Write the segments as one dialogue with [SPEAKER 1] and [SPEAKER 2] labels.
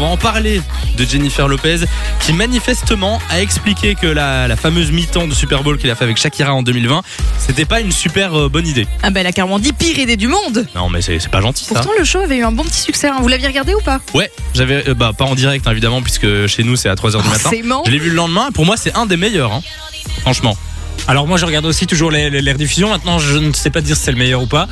[SPEAKER 1] va en parler de Jennifer Lopez qui manifestement a expliqué que la, la fameuse mi-temps de Super Bowl qu'il a fait avec Shakira en 2020, c'était pas une super euh, bonne idée.
[SPEAKER 2] Ah bah elle a carrément dit pire idée du monde
[SPEAKER 1] Non mais c'est c'est pas gentil ça.
[SPEAKER 2] Pourtant le show avait eu un bon petit succès, hein. vous l'aviez regardé ou pas
[SPEAKER 1] Ouais, j'avais euh, bah pas en direct hein, évidemment puisque chez nous c'est à 3h du matin.
[SPEAKER 2] Forcément
[SPEAKER 1] Ah, Je l'ai vu le lendemain, pour moi c'est un des meilleurs hein. Franchement.
[SPEAKER 3] Alors moi je regarde aussi toujours les, les, les rediffusions. Maintenant je ne sais pas dire si c'est le meilleur ou pas,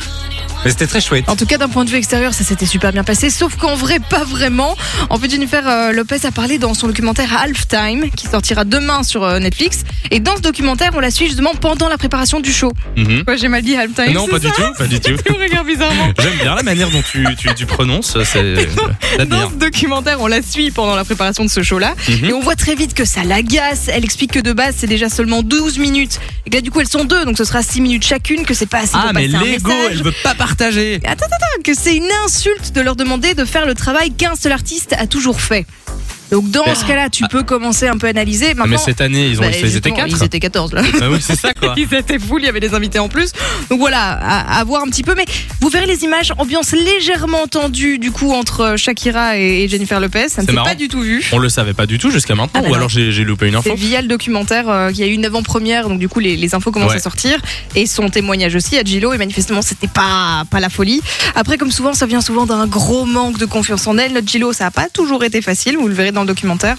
[SPEAKER 3] mais c'était très chouette.
[SPEAKER 2] En tout cas, d'un point de vue extérieur, ça s'était super bien passé. Sauf qu'en vrai, pas vraiment. En fait, Jennifer euh, Lopez a parlé dans son documentaire Half Time, qui sortira demain sur euh, Netflix. Et dans ce documentaire, on la suit justement pendant la préparation du show.
[SPEAKER 1] Mhm.
[SPEAKER 2] Ouais, j'ai mal dit Half Time.
[SPEAKER 1] Non,
[SPEAKER 2] Ah,
[SPEAKER 1] pas
[SPEAKER 2] c'est ça
[SPEAKER 1] du tout, pas du tout.
[SPEAKER 2] Tu me regardes bizarrement.
[SPEAKER 1] J'aime bien la manière dont tu, tu, tu prononces, c'est
[SPEAKER 2] Dans
[SPEAKER 1] j'admire.
[SPEAKER 2] ce documentaire, on la suit pendant la préparation de ce show-là.
[SPEAKER 1] Mhm.
[SPEAKER 2] Et on voit très vite que ça l'agace. Elle explique que de base, c'est déjà seulement 12 minutes. Et que là, du coup, elles sont deux, donc ce sera 6 minutes chacune, que c'est pas assez
[SPEAKER 1] Ah
[SPEAKER 2] pour
[SPEAKER 1] mais
[SPEAKER 2] passer un
[SPEAKER 1] l'ego,
[SPEAKER 2] message.
[SPEAKER 1] elle veut pas partager.
[SPEAKER 2] Attends, attends, attends, que c'est une insulte de leur demander de faire le travail qu'un seul artiste a toujours fait. Donc dans
[SPEAKER 1] Ben,
[SPEAKER 2] ce cas-là, tu
[SPEAKER 1] ah.
[SPEAKER 2] peux commencer un peu à analyser.
[SPEAKER 1] Ah, mais
[SPEAKER 2] Maintenant,
[SPEAKER 1] cette année ils ont
[SPEAKER 2] bah,
[SPEAKER 1] ils étaient
[SPEAKER 2] justement,
[SPEAKER 1] quatre.
[SPEAKER 2] Ils étaient 14 là.
[SPEAKER 1] Ah oui, c'est ça quoi.
[SPEAKER 2] Ils étaient full, il y avait des invités en plus. Donc voilà, à, à voir un petit peu. Mais vous verrez les images, ambiance légèrement tendue du coup entre Shakira et, et Jennifer Lopez. Ça
[SPEAKER 1] C'est
[SPEAKER 2] ne s'est
[SPEAKER 1] marrant.
[SPEAKER 2] pas du tout vu.
[SPEAKER 1] On le savait pas du tout jusqu'à maintenant,
[SPEAKER 2] Ah, bah
[SPEAKER 1] ou
[SPEAKER 2] non.
[SPEAKER 1] alors j'ai j'ai loupé une info.
[SPEAKER 2] C'est via le documentaire euh, qu'il y a eu une avant-première, donc du coup les, les infos commencent
[SPEAKER 1] Ouais.
[SPEAKER 2] à sortir et son témoignage aussi à Gillo et manifestement c'était pas pas la folie. Après comme souvent ça vient souvent d'un gros manque de confiance en elle. Notre Gillo ça a pas toujours été facile, vous le verrez dans le documentaire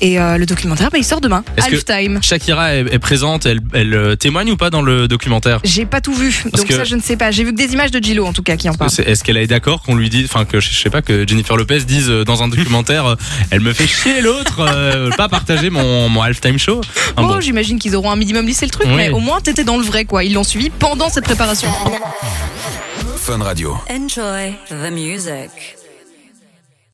[SPEAKER 2] et euh, le documentaire bah, il sort demain.
[SPEAKER 1] Est-ce que-
[SPEAKER 2] Half time.
[SPEAKER 1] Shakira est, est présente, elle, elle, euh, témoigne ou pas dans le documentaire
[SPEAKER 2] J'ai pas tout vu,
[SPEAKER 1] Parce
[SPEAKER 2] donc
[SPEAKER 1] que-
[SPEAKER 2] ça je ne sais pas. J'ai vu que des images de Gillo en tout cas qui en parlent.
[SPEAKER 1] C'est- Est-ce qu'elle est d'accord qu'on lui dise, enfin que je je sais pas, que Jennifer Lopez dise euh, dans un documentaire, euh, elle me fait chier l'autre, euh, pas partager mon, mon halftime show Hein,
[SPEAKER 2] bon,
[SPEAKER 1] bon.
[SPEAKER 2] Oh, j'imagine qu'ils auront un minimum lissé le truc,
[SPEAKER 1] Oui.
[SPEAKER 2] mais au moins t'étais dans le vrai quoi. Ils l'ont suivi pendant cette préparation.
[SPEAKER 4] Fun Radio.
[SPEAKER 5] Enjoy the music.